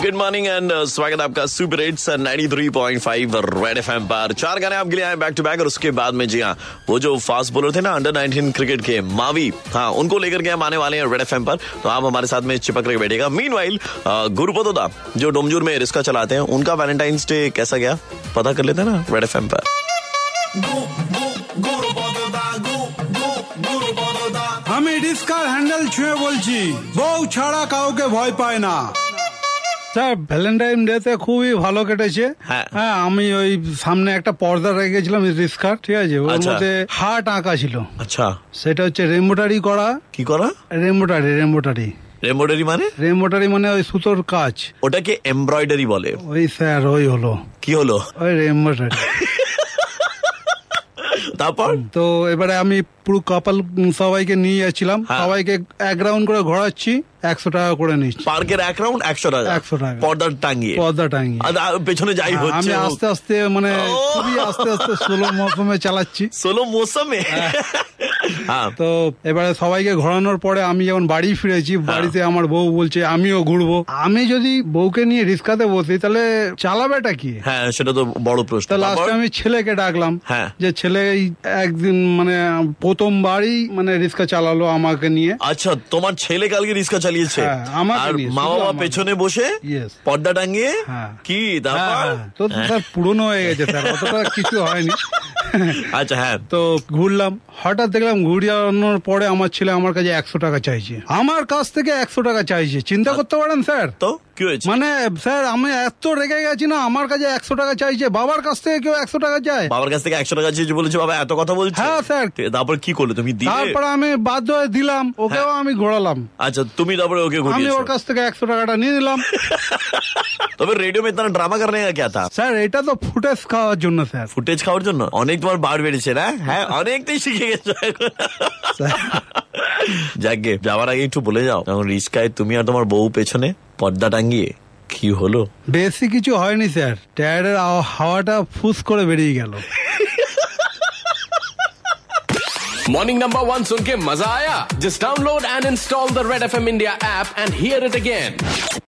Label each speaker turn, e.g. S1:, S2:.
S1: Good morning and uh, स्वागत है आपका सुपर एट्स 93.5 रेड एफएम पर चार गाने आपके लिए आए बैक टू बैक और उसके बाद में जी हाँ वो जो फास्ट बॉलर थे ना अंडर 19 क्रिकेट के मावी हाँ उनको लेकर के हम आने वाले हैं रेड एफएम पर तो आप हमारे साथ में चिपक रहे बैठेगा मीन वाइल गुरुपदोदा uh, जो डोमजूर में रिस्का चलाते हैं उनका वैलेंटाइंस डे कैसा गया पता कर लेते हैं ना रेड एफएम पर
S2: আমি ডিসকার হ্যান্ডেল ছুঁয়ে বলছি বউ ছাড়া কাউকে ভয় পায় না স্যার ভ্যালেন্টাইন ডে তে খুবই ভালো কেটেছে
S1: হ্যাঁ।
S2: হ্যাঁ আমি ওই সামনে একটা পর্দা রেখে গেছিলাম রিস্কার ঠিক আছে ওর
S1: আচ্ছা।
S2: মধ্যে হাট আঁকা ছিল
S1: अच्छा
S2: সেটা হচ্ছে রেম্বোটারি করা
S1: কি করা
S2: রেম্বোটারি রেম্বোটারি
S1: এমব্রয়ডারি মানে
S2: রেম্বোটারি মানে ওই সুতোর কাজ
S1: ওটাকে এমব্রয়ডারি বলে
S2: ওই স্যার ওই হলো
S1: কি হলো
S2: ওই রেম্বোটারি
S1: তারপর
S2: তো এবারে আমি পুরো কাপাল সবাইকে নিয়ে যাচ্ছিলাম
S1: হ্যাঁ।
S2: সবাইকে এক রাউন্ড করে ঘোরাচ্ছি একশো টাকা করে নিচ্ছি
S1: পার্কের এক রাউন্ড একশো টাকা
S2: 100 টাকা।
S1: পর্দার টাঙিয়ে
S2: পর্দা টাঙিয়ে
S1: আর আর পেছনে যাই
S2: হ্যাঁ,
S1: হচ্ছে
S2: আমি আস্তে আস্তে মানে
S1: ও।
S2: খুবই আস্তে আস্তে সোলো মৌসুমে চালাচ্ছি
S1: সোলো মৌসুমে হ্যাঁ
S2: তো এবারে সবাইকে ঘোরানোর পরে আমি যখন বাড়ি ফিরেছি
S1: হ্যাঁ।
S2: বাড়িতে আমার বউ বলছে আমিও ঘুরবো আমি যদি বউকে নিয়ে রিস্কাতে বসি তাহলে চালাবেটা কি
S1: হ্যাঁ সেটা তো বড় প্রশ্ন
S2: তা লাস্টে আমি ছেলেকে ডাকলাম
S1: হ্যাঁ।
S2: যে ছেলে এই একদিন মানে প্রথমবারই মানে রিস্কা চালালো আমাকে নিয়ে
S1: আচ্ছা তোমার ছেলে কালকে রিস্কা চালিয়েছে
S2: হ্যাঁ, আমাকে
S1: আর
S2: নিয়ে,
S1: মা
S2: শুধু
S1: বাবা
S2: আমাকে।
S1: পেছনে বসে
S2: Yes.
S1: পর্দা টাঙিয়ে
S2: হ্যাঁ।
S1: কি
S2: হ্যাঁ,
S1: তারপর
S2: হ্যাঁ। তো স্যার পুরনো হয়ে গেছে স্যার অতটা কিছু হয়নি
S1: আচ্ছা হ্যাঁ
S2: তো ঘুরলাম হঠাৎ দেখলাম ঘুরিয়ানোর পরে আমার ছেলে আমার কাছে একশো টাকা চাইছে আমার কাছ থেকে একশো টাকা চাইছে চিন্তা করতে পারেন স্যার
S1: তো কি হয়েছে
S2: মানে স্যার আমি এত রেগে গেছি না আমার কাছে একশো টাকা চাইছে বাবার কাছ থেকে কেউ একশো টাকা চায়
S1: বাবার কাছ থেকে একশো টাকা চেয়ে বলেছে বাবা এত কথা বলছে
S2: হ্যাঁ, স্যার।
S1: তে- তারপর কি করলে তুমি দিলে
S2: তারপরে আমি বাধ্য হয়ে দিলাম ওকেও আমি ঘোরালাম
S1: আচ্ছা তুমি তারপরে ওকে
S2: আমি
S1: ঘুরিয়েছো
S2: ওর কাছ থেকে একশো টাকাটা নিয়ে নিলাম
S1: তবে রেডিও में इतना ड्रामा करने का क्या था
S2: স্যার এটা তো ফুটেজ খাওয়ার জন্য স্যার
S1: ফুটেজ হ্যাঁ, খাওয়ার জন্য অনেক তোমার বার বেড়েছে না হ্যাঁ অনেকটাই শিখে গেছো এখন। যাকগে যাওয়ার আগে একটু বলে যাও তখন রিস্কায় তুমি আর তোমার বউ পেছনে পর্দা টাঙ্গিয়ে কি হলো
S2: বেশি কিছু হয়নি স্যার টায়ারের আও- হাওয়াটা ফুস করে বেরিয়ে গেল
S3: Morning number one सुन के मजा आया? Just download and install the Red FM India app and hear it again.